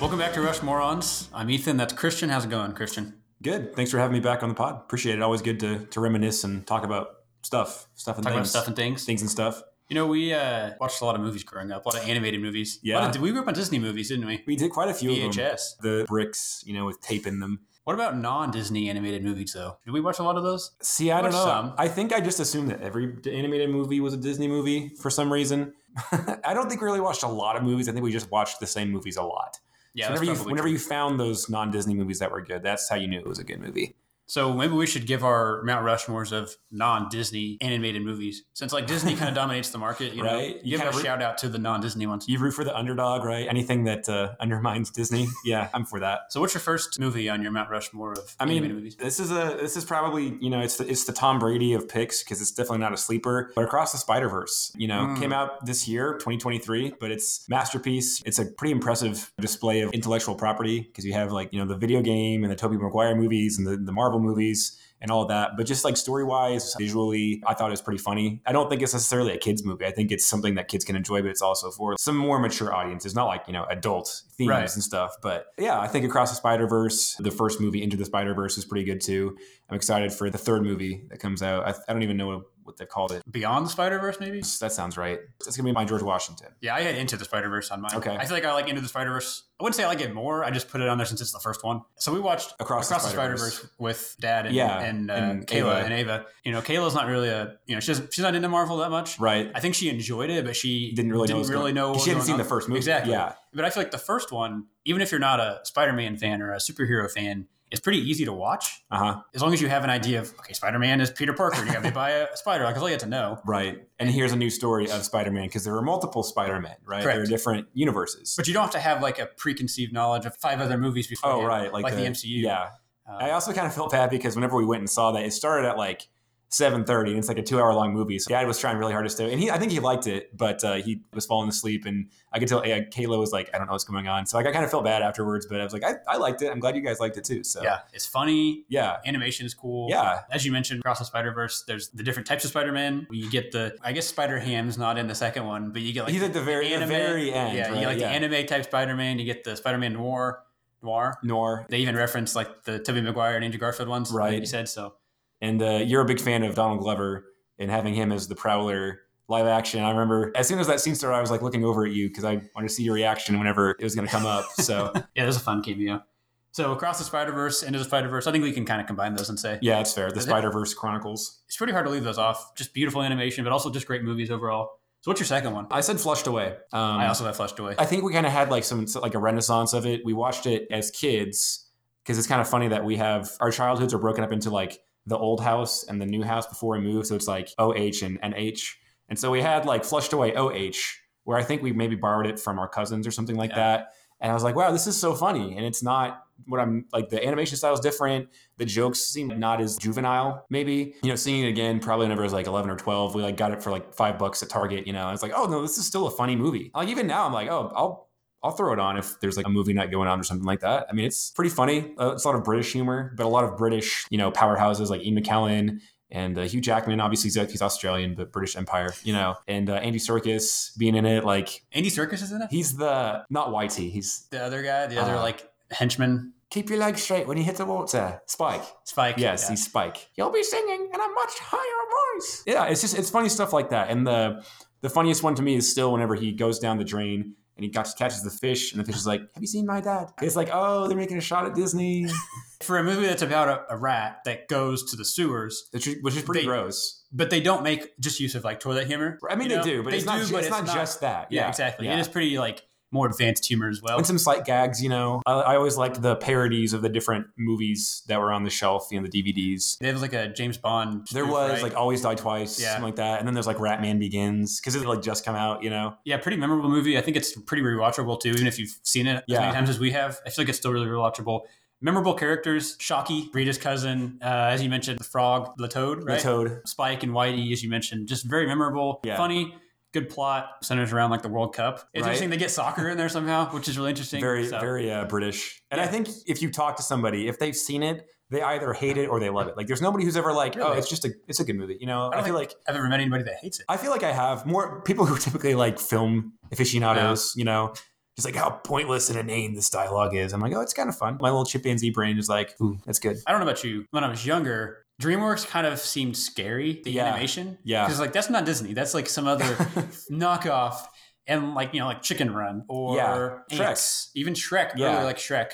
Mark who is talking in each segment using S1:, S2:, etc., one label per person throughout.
S1: Welcome back to Rush Morons. I'm Ethan. That's Christian. How's it going, Christian?
S2: Good. Thanks for having me back on the pod. Appreciate it. Always good to, to reminisce and talk about stuff, stuff and
S1: Talking about
S2: things,
S1: stuff and things.
S2: things and stuff.
S1: You know, we uh, watched a lot of movies growing up, a lot of animated movies. A lot of- we grew up on Disney movies, didn't we?
S2: We did quite a few of them.
S1: VHS.
S2: The bricks, you know, with tape in them.
S1: What about non-Disney animated movies, though? Did we watch a lot of those?
S2: See, I don't
S1: Watched
S2: know.
S1: some.
S2: I think I just assumed that every d- animated movie was a Disney movie for some reason. I don't think we really watched a lot of movies. I think we just watched the same movies a lot.
S1: Yeah,
S2: So
S1: that's
S2: whenever you
S1: probably
S2: whenever
S1: true.
S2: you found those non Disney movies that were good, that's how you knew it was a good movie.
S1: So maybe we should give our Mount Rushmores of non-Disney animated movies, since like Disney kind of dominates the market. You know,
S2: Right. You
S1: give a
S2: kinda re-
S1: shout out to the non-Disney ones.
S2: You root for the underdog, right? Anything that uh, undermines Disney, yeah, I'm for that.
S1: So, what's your first movie on your Mount Rushmore of
S2: I
S1: animated
S2: mean,
S1: movies?
S2: this is a this is probably you know it's the, it's the Tom Brady of picks because it's definitely not a sleeper. But across the Spider Verse, you know,
S1: Mm.
S2: came out this year, 2023, but it's masterpiece. It's a pretty impressive display of intellectual property because you have like you know the video game and the Tobey Maguire movies and the, the Marvel movies and all of that. But just like story wise, visually, I thought it was pretty funny. I don't think it's necessarily a kids movie. I think it's something that kids can enjoy, but it's also for some more mature audience. It's not like you know adult themes
S1: Right.
S2: and stuff. But yeah, I think Across the Spider Verse, the first movie Into the Spider Verse is pretty good too. I'm excited for the third movie that comes out. I, I don't even know what they called it.
S1: Beyond the Spider Verse, maybe.
S2: That sounds right. That's gonna be my George Washington.
S1: Yeah, I had Into the Spider Verse on mine.
S2: Okay.
S1: I feel like I like Into the Spider Verse. I wouldn't say I like it more. I just put it on there since it's the first one. So we watched
S2: Across,
S1: Across the Spider
S2: Spider-Verse.
S1: Verse with Dad and
S2: Yeah,
S1: and, uh,
S2: and
S1: Kayla
S2: Ava.
S1: and Ava. You know, Kayla's not really a you know she's she's not into Marvel that much.
S2: Right.
S1: I think she enjoyed it, but she
S2: Didn't really know.
S1: didn't
S2: what's
S1: really
S2: going-
S1: know. what
S2: She hadn't
S1: was
S2: seen
S1: going
S2: the
S1: on.
S2: first movie.
S1: Exactly.
S2: Yeah.
S1: But I feel like the first one, even if you're not a Spider-Man fan or a superhero fan, it's pretty easy to watch
S2: Uh huh.
S1: as long as you have an idea of okay, Spider-Man is Peter Parker. and You got to by a spider. Like that's all you have to know.
S2: Right. And here's a new story of Spider-Man because there are multiple Spider-Men. Right. There are
S1: Correct.
S2: different universes.
S1: But you don't have to have like a preconceived knowledge of five other movies before.
S2: Oh right, like,
S1: like the MCU.
S2: Yeah,
S1: Uh,
S2: I also kind of felt bad because whenever we went and saw that, it started at like seven thirty, and it's like a two-hour long movie. So Dad was trying really hard to stay, and he, I think he liked it, but uh, he was falling asleep, and I could tell uh, Kayla was like, "I don't know what's going on." So like, I kind of felt bad afterwards, but I was like, I, "I liked it. I'm glad you guys liked it too." So
S1: yeah, it's funny.
S2: yeah,
S1: Animation is cool.
S2: yeah,
S1: As you mentioned, across the Spider Verse, there's the different types of Spider Man. You get the, I guess Spider Ham's not in the second one, but you get like
S2: he's at the very, the
S1: anime-
S2: very end.
S1: yeah,
S2: right?
S1: you like the anime type Spider Man. You get the Spider Man Noir, Noir.
S2: Nor
S1: They even reference like the Tobey Maguire and Andrew Garfield ones, Like
S2: Right.
S1: you said so.
S2: and uh, you're a big fan of Donald Glover and having him as the Prowler live action. I remember as soon as that scene started, I was like looking over at you because I wanted to see your reaction whenever it was going to come up. So
S1: Yeah, there's a fun cameo. So across the Spider Verse, into the Spider Verse, I think we can kind of combine those and say
S2: yeah, it's fair. The
S1: Is it-
S2: Spider Verse Chronicles.
S1: it's pretty hard to leave those off. Just beautiful animation, but also just great movies overall. So what's your second one?
S2: I said flushed away. Um,
S1: I also have Flushed Away.
S2: I think we kind of had like some so, like a renaissance of it. We watched it as kids because it's kind of funny that we have our childhoods are broken up into like the old house and the new house before we move. So it's like OH and NH. And so we had like flushed away OH, where I think we maybe borrowed it from our cousins or something like
S1: Yeah.
S2: that. And I was like, wow, this is so funny. And it's not what I'm like, the animation style is different. The jokes seem not as juvenile, maybe. You know, seeing it again, probably whenever I was like 11 or 12, we like got it for like five bucks at Target, you know. And it's like, oh, no, this is still a funny movie. Like, even now, I'm like, oh, I'll. I'll throw it on if there's like a movie night going on or something like that. I mean, it's pretty funny. Uh, it's a lot of British humor, but a lot of British, you know, powerhouses like Ian McKellen and uh, Hugh Jackman. Obviously, he's, he's Australian, but British Empire, you know. And uh, Andy Serkis being in it, like
S1: Andy Circus is in it.
S2: he's the not Whitey. He's
S1: the other guy, the other
S2: Uh,
S1: like henchman,
S2: keep your legs straight when you hit the water. Spike.
S1: Spike.
S2: Yes,
S1: yeah.
S2: he's Spike. You'll be singing in a much higher voice. Yeah, it's just it's funny stuff like that. And the the funniest one to me is still whenever he goes down the drain and he catch- catches the fish, and the fish is like, "Have you seen my dad?" It's like, "Oh, they're making a shot at Disney,"
S1: for a movie that's about a, a rat that goes to the sewers,
S2: which is, which is pretty
S1: They-
S2: gross.
S1: but they don't make just use of like toilet humor.
S2: I mean,
S1: You
S2: they
S1: know,
S2: do, but
S1: they
S2: it's not
S1: do,
S2: ju-
S1: but
S2: it's
S1: it's
S2: not
S1: not-
S2: just that.
S1: Yeah, exactly.
S2: yeah.
S1: It is pretty like more advanced humor as well.
S2: and some slight gags, you know. I, I always liked the parodies of the different movies that were on the shelf, you know, the DVDs.
S1: there was like a James Bond.
S2: There
S1: spoof,
S2: was
S1: right?
S2: like Always Die Twice,
S1: Yeah.
S2: something like that. And then there's like Ratman Begins because it like just come out, you know.
S1: yeah, pretty memorable movie. I think it's pretty rewatchable too, even if you've seen it as
S2: Yeah.
S1: many times as we have. I feel like it's still really rewatchable. Memorable characters: Shocky, Rita's cousin, uh, as you mentioned, the frog, the toad, right?
S2: The Toad.
S1: Spike and Whitey, as you mentioned, just very memorable,
S2: Yeah.
S1: funny, good plot, centers around like the World Cup. It's
S2: Right.
S1: interesting they get soccer in there somehow, which is really interesting.
S2: Very,
S1: So,
S2: very uh, British. And I
S1: Yeah.
S2: think if you talk to somebody, if they've seen it, they either hate it or they love it. Like there's nobody who's ever like, oh,
S1: Really?
S2: it's just a, it's a good movie. You know,
S1: don't
S2: I, feel like,
S1: I've never met anybody that hates it.
S2: I feel like I have more people who are typically like film aficionados, you know, He's like, how pointless and inane this dialogue is. I'm like, oh, it's kind of fun. My little chimpanzee brain is like, ooh, that's good.
S1: I don't know about you. When I was younger, DreamWorks kind of seemed scary. The
S2: Yeah.
S1: animation,
S2: Yeah.
S1: because like that's not Disney. That's like some other knockoff, and like you know, like Chicken Run or
S2: Yeah.
S1: Ants, even Shrek.
S2: Yeah.
S1: Really like Shrek.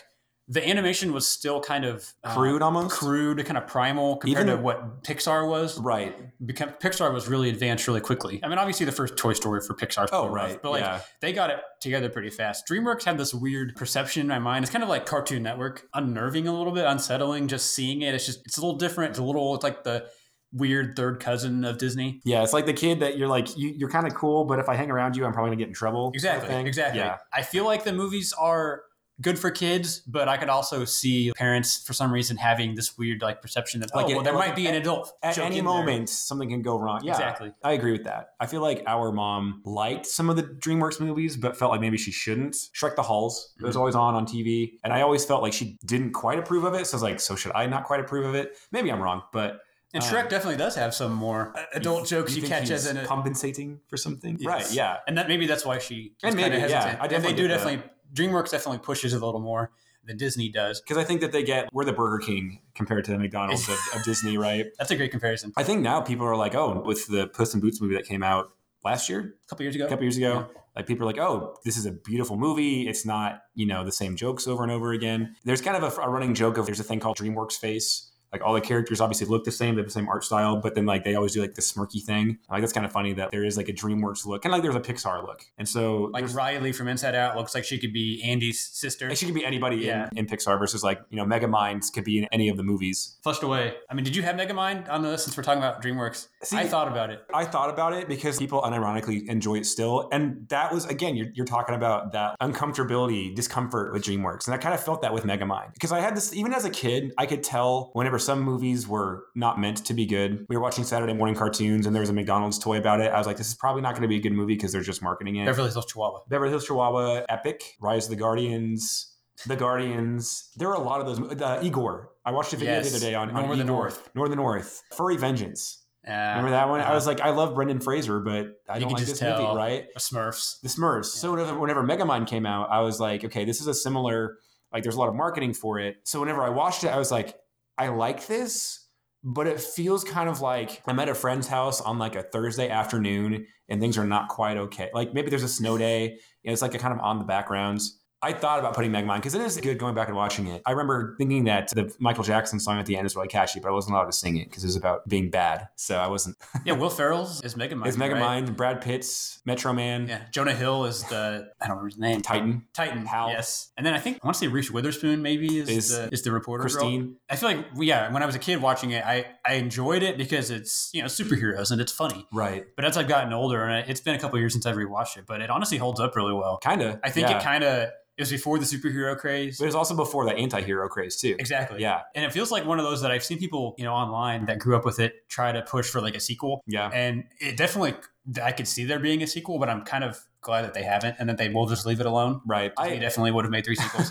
S1: The animation was still kind of uh,
S2: Crude almost?
S1: crude, kind of primal compared
S2: Even-
S1: to what Pixar was.
S2: Right.
S1: Become, Pixar was really advanced really quickly. I mean, obviously the first Toy Story for Pixar.
S2: Oh, right.
S1: But like
S2: yeah.
S1: they got it together pretty fast. DreamWorks had this weird perception in my mind. It's kind of like Cartoon Network, unnerving a little bit, unsettling. Just seeing it, it's just it's a little different. It's a little it's like the weird third cousin of Disney.
S2: Yeah. It's like the kid that you're like, you, you're kind of cool, but if I hang around you, I'm probably going to get in trouble. sort of
S1: Exactly,
S2: thing.
S1: exactly.
S2: Yeah.
S1: I feel like the movies are good for kids, but I could also see parents for some reason having this weird like perception that
S2: Like
S1: oh
S2: it-
S1: well there
S2: like
S1: might be an adult
S2: At
S1: joke
S2: any
S1: in there.
S2: moment, something can go wrong. Yeah.
S1: Exactly.
S2: I agree with that. I feel like our mom liked some of the DreamWorks movies, but felt like maybe she shouldn't. Shrek the Halls, it was
S1: Mm-hmm.
S2: always on on TV. And I always felt like she didn't quite approve of it. So I was like, so should I not quite approve of it? Maybe I'm wrong, but
S1: And
S2: Um,
S1: Shrek definitely does have some more uh, adult jokes you,
S2: think
S1: catch
S2: he's
S1: as an
S2: compensating for something.
S1: Yes.
S2: Right, yeah.
S1: and that maybe that's why she was kinda
S2: And maybe, yeah.
S1: hesitant.
S2: I
S1: and they
S2: definitely
S1: do
S2: get that.
S1: definitely DreamWorks definitely pushes it a little more than Disney does.
S2: Because I think that they get we're the Burger King compared to the McDonald's of, of Disney, right?
S1: That's a great comparison.
S2: I think now people are like, oh, with the Puss in Boots movie that came out last year,
S1: A couple years
S2: a
S1: ago,
S2: couple years ago. Like people are like, oh, this is a beautiful movie. It's not, you know, the same jokes over and over again. There's kind of a, a running joke of there's a thing called DreamWorks face. Like all the characters obviously look the same, they have the same art style, but then like they always do like the smirky thing. Like that's kind of funny that there is like a DreamWorks look, kind of like there's a Pixar look. And so
S1: like Riley from Inside Out looks like she could be Andy's sister.
S2: it should be anybody
S1: Yeah.
S2: in, in Pixar versus like, you know, Mega Minds could be in any of the movies.
S1: Flushed away. I mean, did you have Megamind on this since we're talking about DreamWorks?
S2: See-
S1: I thought about it.
S2: I thought about it because people unironically enjoy it still. And that was, again, you're, you're talking about that uncomfortability, discomfort with DreamWorks. And I kind of felt that with Megamind because I had this, even as a kid, I could tell whenever some movies were not meant to be good. We were watching Saturday morning cartoons and there was a McDonald's toy about it. I was like, this is probably not going to be a good movie because they're just marketing it.
S1: Beverly Hills Chihuahua.
S2: Beverly Hills Chihuahua, Epic, Rise of the Guardians, The Guardians. There were a lot of those. The Igor. I watched a video
S1: Yes.
S2: the other day on, on
S1: North of the
S2: Igor.
S1: North.
S2: North of the North. Furry Vengeance.
S1: Uh,
S2: Remember that one?
S1: uh-huh.
S2: I was like, I love Brendan Fraser, but I
S1: You
S2: don't
S1: can
S2: like
S1: just
S2: this
S1: tell.
S2: movie, right?
S1: or Smurfs.
S2: The Smurfs. So whenever, whenever Megamind came out, I was like, okay, this is a similar, like there's a lot of marketing for it. So whenever I watched it, I was like, I like this, but it feels kind of like I'm at a friend's house on like a Thursday afternoon and things are not quite okay. Like maybe there's a snow day and it's like a kind of on the backgrounds. I thought about putting Megamind because it is good going back and watching it. I remember thinking that the Michael Jackson song at the end is really catchy, but I wasn't allowed to sing it because it was about being bad. So I wasn't
S1: Yeah, Will Ferrell's is Megamind.
S2: it's Megamind,
S1: right?
S2: Brad Pitt's Metro Man,
S1: Yeah, Jonah Hill is the I don't remember his name.
S2: Titan,
S1: Titan.
S2: Hal.
S1: Yes, and then I think I want to say Reese Witherspoon maybe is
S2: Is
S1: the, is the reporter. girl.
S2: Christine.
S1: I feel like yeah, when I was a kid watching it, I I enjoyed it because it's you know superheroes and it's funny.
S2: Right.
S1: But as I've gotten older, and it's been a couple years since I've rewatched it, but it honestly holds up really well.
S2: Kind of.
S1: I think
S2: yeah.
S1: it kind of it was before the superhero craze.
S2: But it was also before that anti hero craze, too.
S1: Exactly.
S2: Yeah.
S1: And it feels like one of those that I've seen people, you know, online that grew up with it try to push for like a sequel.
S2: Yeah.
S1: And it definitely I could see there being a sequel, but I'm kind of glad that they haven't and that they will just leave it alone.
S2: Right.
S1: They
S2: I,
S1: definitely would have made three sequels.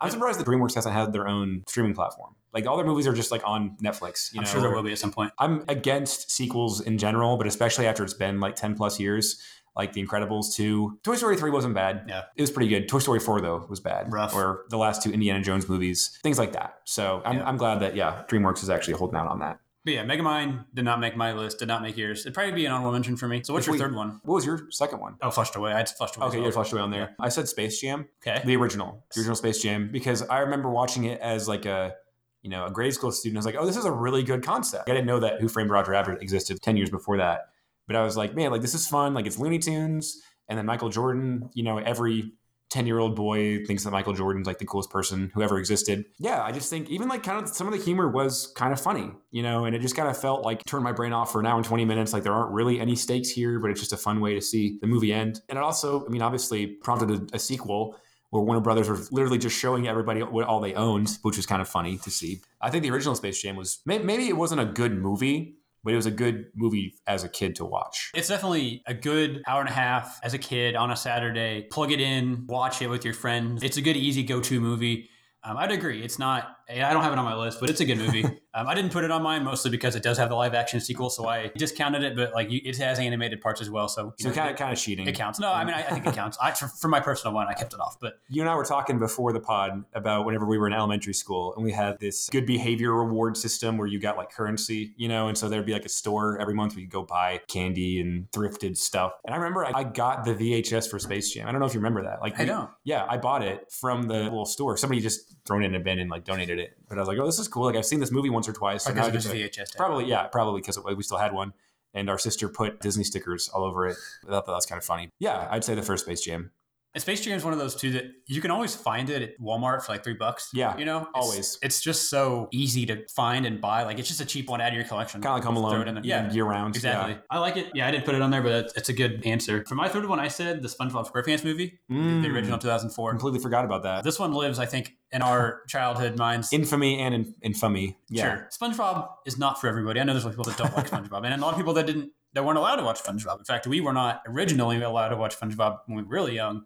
S2: I'm surprised that DreamWorks hasn't had their own streaming platform. Like, all their movies are just like on Netflix. You
S1: I'm
S2: know,
S1: sure there
S2: or-
S1: will be at some point.
S2: I'm against sequels in general, but especially after it's been like 10 plus years, like The Incredibles 2. Toy Story 3 wasn't bad.
S1: Yeah.
S2: It was pretty good. Toy Story 4, though, was bad.
S1: Rough.
S2: Or the last two Indiana Jones movies, things like that. So I'm,
S1: Yeah.
S2: I'm glad that, yeah, DreamWorks is actually holding out on that.
S1: But yeah, Megamind did not make my list, did not make yours. It'd probably be an honorable mention for me. So what's
S2: If
S1: your
S2: we-
S1: third one?
S2: What was your second one?
S1: Oh, Flushed Away. I had Flushed Away. as
S2: Okay,
S1: well.
S2: you're flushed away on there. I said Space Jam,
S1: Okay.
S2: the original, the original Space Jam, because I remember watching it as like a, you know, a grade school student. I was like, oh, this is a really good concept. I didn't know that Who Framed Roger Rabbit existed ten years before that, but I was like, man, like this is fun. Like it's Looney Tunes, and then Michael Jordan. You know, every ten-year-old boy thinks that Michael Jordan's like the coolest person who ever existed. Yeah, I just think even like kind of some of the humor was kind of funny, you know, and it just kind of felt like turn my brain off for an hour and 20 minutes. Like there aren't really any stakes here, but it's just a fun way to see the movie end. And it also, I mean, obviously prompted a, a sequel where Warner Brothers were literally just showing everybody what all they owned, which was kind of funny to see. I think the original Space Jam was may- maybe it wasn't a good movie, but it was a good movie as a kid to watch.
S1: It's definitely a good hour and a half as a kid on a Saturday. Plug it in, watch it with your friends. It's a good, easy go to movie. Um, I'd agree. It's not And I don't have it on my list, but it's a good movie. um, I didn't put it on mine mostly because it does have the live action sequel, so I discounted it. But like, you, it has animated parts as well, so you
S2: So
S1: know,
S2: kind
S1: it,
S2: of kind of cheating.
S1: it counts. No, I mean, I, I think it counts. I, for, for my personal one, I kept it off, but
S2: You and I were talking before the pod about whenever we were in elementary school and we had this good behavior reward system where you got like currency, you know, and so there'd be like a store every month we could go buy candy and thrifted stuff. And I remember I, I got the VHS for Space Jam. I don't know if you remember that. Like
S1: I
S2: we-
S1: don't.
S2: Yeah, I bought it from the little store. Somebody just thrown it in a bin and like donated it. But I was like, oh, this is cool. Like I've seen this movie once or twice. So
S1: Because
S2: now I
S1: it
S2: get
S1: was
S2: to-
S1: VHS. tape.
S2: Probably, yeah, probably because we still had one. And our sister put Disney stickers all over it. I thought that was kind of funny. Yeah, I'd say the first Space Jam.
S1: And Space Jam is one of those two that you can always find it at Walmart for like three bucks.
S2: Yeah,
S1: you know, It's-
S2: always.
S1: It's just so easy to find and buy. Like it's just a cheap one out of your collection.
S2: Kind of like Home
S1: Throw
S2: Alone.
S1: it in there.
S2: you know,
S1: Yeah,
S2: year round.
S1: exactly. I like it. Yeah, I didn't put it on there, but it's, it's a good answer. For my third one, I said the SpongeBob SquarePants movie,
S2: Yeah.
S1: the
S2: Mm,
S1: original 2004.
S2: Completely forgot about that.
S1: This one lives, I think, in our childhood minds.
S2: Infamy and in- infamy. Yeah.
S1: Sure, SpongeBob is not for everybody. I know there's a lot of people that don't like SpongeBob, and a lot of people that didn't that weren't allowed to watch SpongeBob. In fact, we were not originally allowed to watch SpongeBob when we were really young,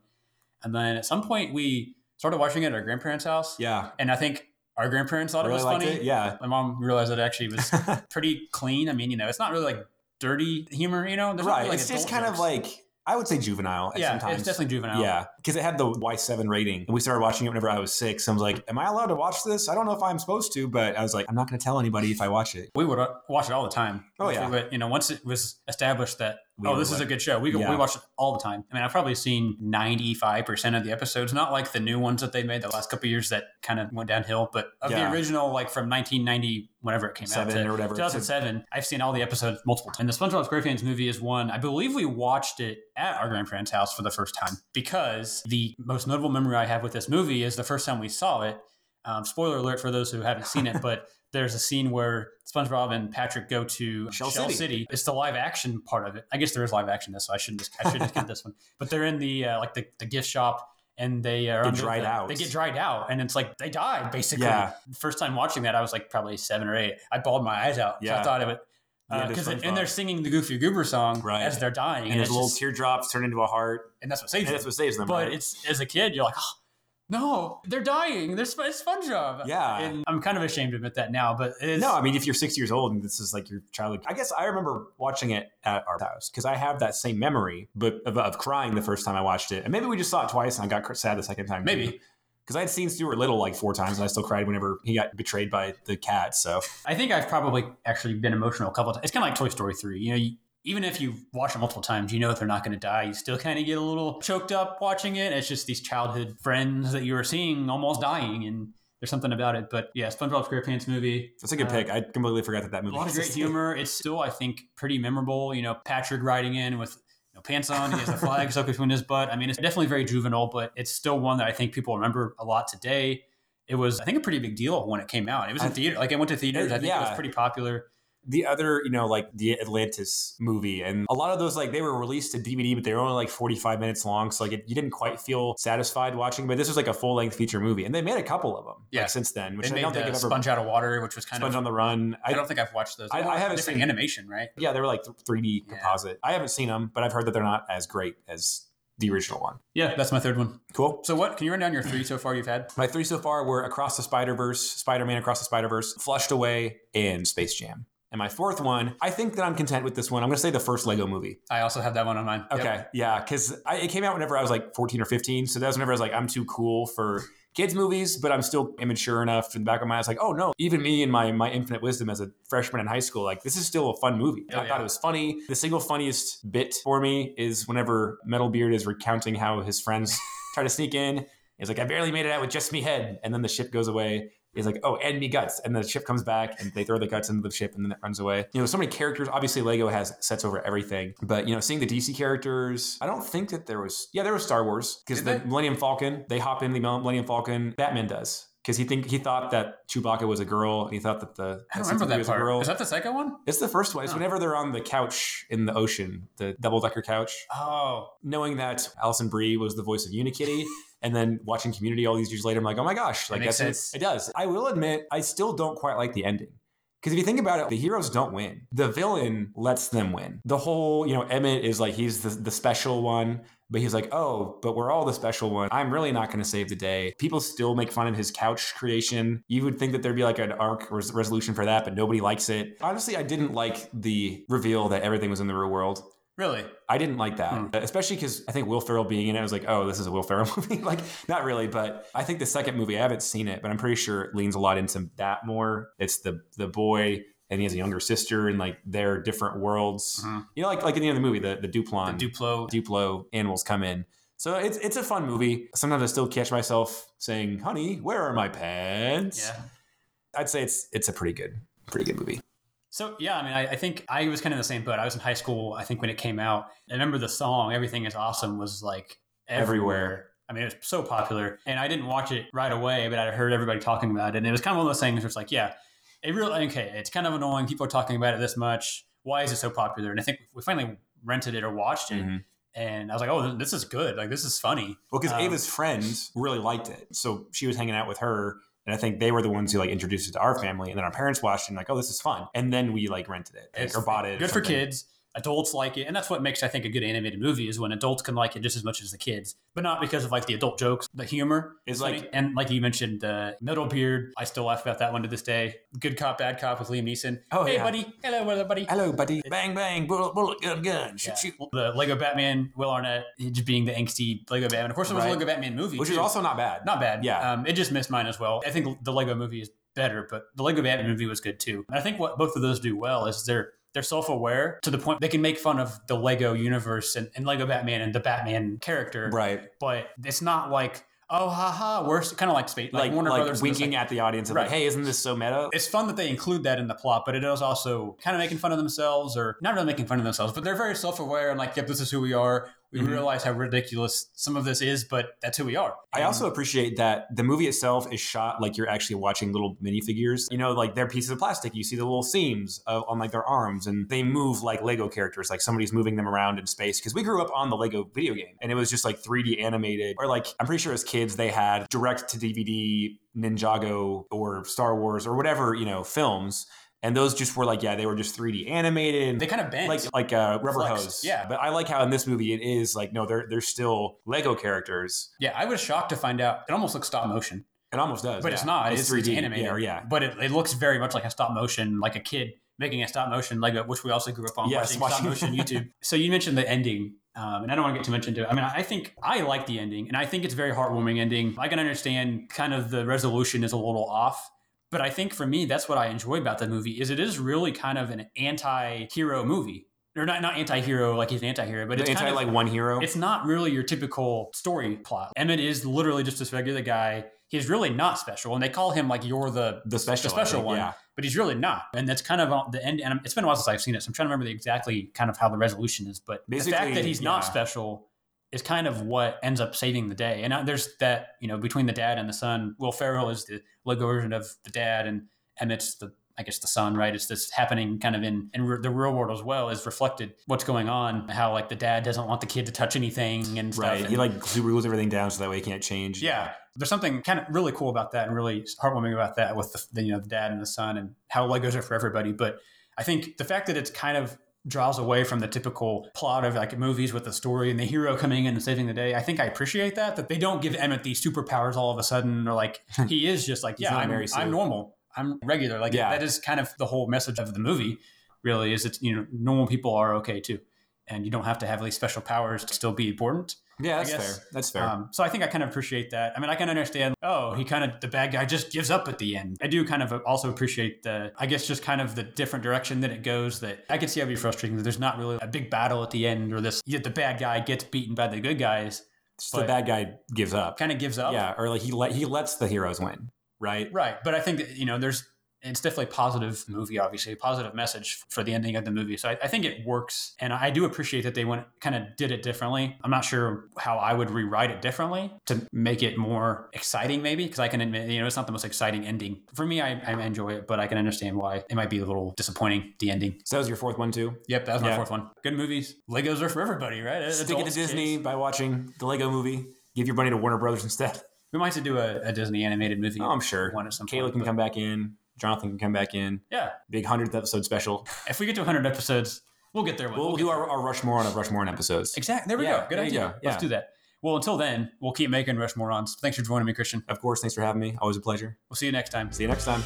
S1: and then at some point we started watching it at our grandparents' house,
S2: Yeah.
S1: and I think our grandparents thought
S2: really
S1: it was
S2: liked
S1: funny.
S2: it. Yeah.
S1: My mom realized it actually was pretty clean. I mean, you know, it's not really like dirty humor, you know. There's not
S2: right.
S1: really, like,
S2: it's just
S1: adult
S2: kind of
S1: jokes.
S2: like, I would say juvenile at
S1: yeah,
S2: sometimes.
S1: it's definitely juvenile.
S2: Yeah, because it had the Y7 rating. And we started watching it whenever I was six. I was like, am I allowed to watch this? I don't know if I'm supposed to, but I was like, I'm not going to tell anybody if I watch it.
S1: we would uh, watch it all the time.
S2: Oh, yeah.
S1: but you know, once it was established that
S2: We
S1: oh,
S2: were
S1: this is
S2: like-
S1: a good show, we go-
S2: Yeah.
S1: we watched it all the time. I mean, I've probably seen ninety five percent of the episodes. Not like the new ones that they made the last couple of years that kind of went downhill, but of
S2: Yeah.
S1: the original, like from nineteen ninety, whenever it came out,
S2: Seven
S1: to
S2: or whatever.
S1: 2007. I've seen all the episodes multiple times. And the SpongeBob SquarePants movie is one, I believe we watched it at our grandparents' house for the first time because the most notable memory I have with this movie is the first time we saw it. Um, spoiler alert for those who haven't seen it, but there's a scene where SpongeBob and Patrick go to
S2: Shell
S1: Shell,
S2: City.
S1: City. It's the live action part of it. I guess there is live action this, so I shouldn't just I shouldn't get this one. But they're in the uh, like the, the gift shop and they are
S2: Get
S1: under-
S2: dried
S1: they,
S2: out.
S1: They get dried out, and it's like they die basically
S2: Yeah.
S1: first time watching that, I was like probably seven or eight. I bawled my eyes out. So
S2: Yeah.
S1: I thought of it
S2: The end of
S1: because
S2: SpongeBob.
S1: and they're singing the Goofy Goober song
S2: Right.
S1: as they're dying,
S2: And,
S1: and,
S2: his
S1: it's
S2: little
S1: just-
S2: teardrops turn into a heart.
S1: and that's what saves
S2: And
S1: them.
S2: that's what saves them.
S1: but
S2: right?
S1: it's as a kid, you're like, oh, no, they're dying. They're Sp- it's SpongeBob.
S2: Yeah.
S1: and I'm kind of ashamed to admit that now, but it's,
S2: no, I mean, if you're six years old and this is like your childhood, I guess I remember watching it at our house because I have that same memory, but of, of crying the first time I watched it, and maybe we just saw it twice and I got cr- sad the second time.
S1: maybe
S2: because I had seen Stuart Little like four times and I still cried whenever he got betrayed by the cat. So
S1: I think I've probably actually been emotional a couple of times. It's kind of like Toy Story three. You know, you, even if you watch it multiple times, you know they're not going to die. You still kind of get a little choked up watching it. It's just these childhood friends that you were seeing almost dying, and there's something about it. But yeah, SpongeBob SquarePants movie,
S2: that's a good
S1: Uh,
S2: pick. I completely forgot that that movie.
S1: a lot of great
S2: existed.
S1: humor. It's still, I think, pretty memorable. You know, Patrick riding in with no pants on, he has a flag stuck between his butt. I mean, it's definitely very juvenile, but it's still one that I think people remember a lot today. It was, I think, a pretty big deal when it came out. It was in
S2: I-
S1: theater. Like, I went to theaters. I think it
S2: yeah.
S1: was pretty popular.
S2: the other, you know, like the Atlantis movie and a lot of those, like they were released to DVD, but they were only like 45 minutes long. So like it, you didn't quite feel satisfied watching, but this was like a full length feature movie. And they made a couple of them
S1: Yeah.
S2: like, since then, which
S1: they
S2: I
S1: made
S2: don't think
S1: the
S2: I've ever
S1: Sponge Out of Water, which was kind
S2: Sponge
S1: of.
S2: on the Run.
S1: I
S2: I,
S1: don't think I've watched those.
S2: I-
S1: They were
S2: I haven't
S1: different
S2: seen-
S1: animation, right?
S2: yeah, they were like th- 3D
S1: Yeah.
S2: composite. I haven't seen them, but I've heard that they're not as great as the original one.
S1: Yeah, that's my third one.
S2: Cool.
S1: So what? Can you run down your three so far you've had?
S2: My three so far were Across the Spider Verse, Spider Man Across the Spider Verse, Flushed Away, and Space Jam. And my fourth one, I think that I'm content with this one. I'm going to say the first Lego movie.
S1: I also have that one on mine. Yep.
S2: Okay, yeah, because it came out whenever I was like 14 or 15, so that was whenever I was like, I'm too cool for kids movies, but I'm still immature enough in the back of my eyes, like, oh no, even me and my my infinite wisdom as a freshman in high school, like this is still a fun movie.
S1: Oh,
S2: I thought
S1: yeah.
S2: it was funny. The single funniest bit for me is whenever Metalbeard is recounting how his friends try to sneak in. He's like, I barely made it out with just me head, and then the ship goes away. He's like, oh, and me guts. And the ship comes back and they throw the guts into the ship and then it runs away. You know, so many characters. Obviously, Lego has sets over everything. But, you know, seeing the DC characters, I don't think that there was, yeah, there was Star Wars because
S1: Did
S2: the
S1: they?
S2: Millennium Falcon, they hop in the Millennium Falcon. Batman does. Because he think he thought that Chewbacca was a girl, and he thought that the
S1: I don't
S2: SC3
S1: remember that
S2: was
S1: part.
S2: a girl.
S1: Is that Oh. the second one?
S2: it's the first one. It's
S1: Huh.
S2: whenever they're on the couch in the ocean, the double decker couch
S1: Oh,
S2: knowing that Allison Brie was the voice of Unikitty, and then watching Community all these years later, I'm like, oh my gosh, like
S1: makes
S2: that's
S1: sense.
S2: it. It does. I will admit, I still don't quite like the ending Because if you think about it, the heroes don't win. The villain lets them win. The whole, you know, Emmett is like, he's the, the special one, but he's like, oh, but we're all the special one. I'm really not going to save the day. People still make fun of his couch creation. You would think that there'd be like an arc res- resolution for that, but nobody likes it. Honestly, I didn't like the reveal that everything was in the real world.
S1: Really?
S2: I didn't like that,
S1: Hmm.
S2: especially because I think Will Ferrell being in it, I was like, oh, this is a Will Ferrell movie. like, not really, but I think the second movie, I haven't seen it, but I'm pretty sure it leans a lot into that more. It's the the boy and he has a younger sister and like their different worlds.
S1: Mhm.
S2: You know, like like in the end of the movie, the the Duplon
S1: The Duplo.
S2: Duplo animals come in. So it's it's a fun movie. Sometimes I still catch myself saying, "Honey, where are my pants?"
S1: Yeah.
S2: I'd say it's it's a pretty good pretty good movie.
S1: So yeah, I mean, I, I think I was kind of in the same boat. I was in high school, I think, when it came out. I remember the song "Everything Is Awesome" was like everywhere.
S2: Everywhere.
S1: I mean, it was so popular, and I didn't watch it right away, but I heard everybody talking about it, and it was kind of one of those things where it's like, yeah, it really okay. It's kind of annoying. People are talking about it this much. Why is it so popular? And I think we finally rented it or watched it,
S2: Mhm.
S1: and I was like, oh, this is good. Like this is funny.
S2: Well, because
S1: Um,
S2: Ava's friends really liked it, so she was hanging out with her, and I think they were the ones who like introduced it to our family, and then our parents watched it and like, "Oh, this is fun," and then we like rented it like,
S1: It's
S2: or bought it. or
S1: Good for
S2: something.
S1: kids. Adults like it, and that's what makes I think a good animated movie is when adults can like it just as much as the kids, but not because of like the adult jokes, the humor.
S2: It's
S1: funny.
S2: like-
S1: and like you mentioned, the metal beard. I still laugh about that one to this day. Good cop, bad cop with Liam Neeson.
S2: Oh,
S1: hey
S2: yeah.
S1: buddy, hello brother, buddy.
S2: Hello, buddy. Bang bang, bullet bullet, gun gun, shoot
S1: Yeah.
S2: shoot.
S1: The Lego Batman, Will Arnett he just being the angsty Lego Batman. Of course, it was a
S2: Right.
S1: Lego Batman movie,
S2: Which is
S1: too.
S2: also not bad.
S1: not bad.
S2: Yeah.
S1: um, it just missed mine as well. I think the Lego movie is better, but the Lego Batman movie was good too. And I think what both of those do well is they're they're self aware to the point they can make fun of the Lego universe and, and Lego Batman and the Batman character,
S2: right.
S1: but it's not like oh haha we're kind of like space like,
S2: Like,
S1: Warner
S2: like
S1: Brothers and it's
S2: winking
S1: like-
S2: at the audience and like,
S1: Right.
S2: "Hey, isn't this so meta?"
S1: it's fun that they include that in the plot, but it is also kind of making fun of themselves, or not really making fun of themselves, but they're very self aware and like, yep, this is who we are. We
S2: Mhm.
S1: realize how ridiculous some of this is, but that's who we are.
S2: I
S1: And-
S2: also appreciate that the movie itself is shot like you're actually watching little minifigures. You know, like they're pieces of plastic. You see the little seams of, on like their arms, and they move like Lego characters. Like somebody's moving them around in space. Because we grew up on the Lego video game, and it was just like 3D animated, or like I'm pretty sure as kids they had direct to DVD Ninjago or Star Wars or whatever you know films, and those just were like yeah they were just 3D animated
S1: they kind of bend.
S2: like like uh, rubber
S1: Flex,
S2: hose.
S1: yeah.
S2: but I like how in this movie it is like no, they're they're still Lego characters.
S1: yeah, I was shocked to find out it almost looks stop motion,
S2: It almost does,
S1: but
S2: yeah.
S1: it's not. It's, it's animated.
S2: Yeah, yeah.
S1: But it, it looks very much like a stop motion, like a kid making a stop motion Lego, which we also grew up on
S2: Yes,
S1: watching, stop
S2: watching-
S1: motion YouTube. so you mentioned the ending. Um, and I don't want to get too much into it. I mean, I think I like the ending, and I think it's a very heartwarming ending. I can understand kind of the resolution is a little off, but I think for me, that's what I enjoy about the movie is it is really kind of an anti-hero movie, or not not anti-hero like he's an anti-hero, but
S2: But
S1: it's
S2: it's anti
S1: kind of,
S2: like one hero.
S1: it's not really your typical story plot. Emmett is literally just this regular guy. He's really not special, and they call him like you're the,
S2: the special,
S1: the special
S2: I think,
S1: one.
S2: Yeah.
S1: but he's really not. And that's kind of on the end. And I'm- it's been a while since I've seen it, so I'm trying to remember the exactly kind of how the resolution is. But the
S2: Basically,
S1: fact that he's not
S2: yeah.
S1: special is kind of what ends up saving the day. And uh, there's that you know between the dad and the son. Will Ferrell is the Lego version of the dad, and Emmett's the I guess the son, right? It's this happening kind of in in re- the real world as well is reflected what's going on. How like the dad doesn't want the kid to touch anything and stuff.
S2: Right.
S1: And-
S2: He like he rules everything down so that way he can't change.
S1: yeah, there's something kind of really cool about that, and really heartwarming about that with the, the you know the dad and the son, and how Legos are for everybody. But I think the fact that it's kind of draws away from the typical plot of like movies with the story and the hero coming in and saving the day. I think I appreciate that that they don't give Emmett these superpowers all of a sudden, or like he is just like
S2: He's
S1: yeah,
S2: not
S1: I'm,
S2: Mary Sue.
S1: I'm normal, I'm regular. Like
S2: Yeah.
S1: that is kind of the whole message of the movie. Really, is it's you know normal people are okay too, and you don't have to have these special powers to still be important.
S2: Yeah, that's
S1: guess,
S2: fair. That's fair.
S1: Um, so I think I kind of appreciate that. I mean, I can understand. Oh, he kind of the bad guy just gives up at the end. I do kind of also appreciate the, I guess, just kind of the different direction that it goes. That I could see how it'd be frustrating. That there's not really a big battle at the end, or this yet the bad guy gets beaten by the good guys.
S2: Just the
S1: but-
S2: bad guy gives up.
S1: Kind of gives up.
S2: Yeah, or like he let he lets the heroes win. Right.
S1: Right. But I think that, you know, there's it's definitely a positive movie, obviously, a positive message for the ending of the movie. So I, I think it works. And I do appreciate that they went kind of did it differently. I'm not sure how I would rewrite it differently to make it more exciting, maybe, because I can admit, you know, it's not the most exciting ending. For me, I, I enjoy it, but I can understand why it might be a little disappointing, the ending.
S2: So that was your fourth one too.
S1: Yep, that was my
S2: Yeah.
S1: fourth one. Good movies. Legos are for everybody, right?
S2: Stick it to
S1: Adults, kids.
S2: Disney by watching the Lego movie. Give your money to Warner Brothers instead.
S1: We might have to do a, a Disney animated movie
S2: Oh, I'm sure.
S1: one at some
S2: Kayla
S1: point.
S2: can come back in. Jonathan can come back in.
S1: Yeah.
S2: Big hundredth episode special.
S1: If we get to 100 episodes, we'll get there. one-
S2: We'll,
S1: we'll
S2: do
S1: get there.
S2: our, our Rushmore on a Rushmore on episodes.
S1: Exactly. There we
S2: Yeah,
S1: go. Good
S2: there you
S1: idea.
S2: go. Yeah.
S1: Let's do that. Well, until then, we'll keep making Rushmore ons. Thanks for joining me, Christian.
S2: Of course, thanks for having me. Always a pleasure.
S1: We'll see you next time.
S2: See you next time.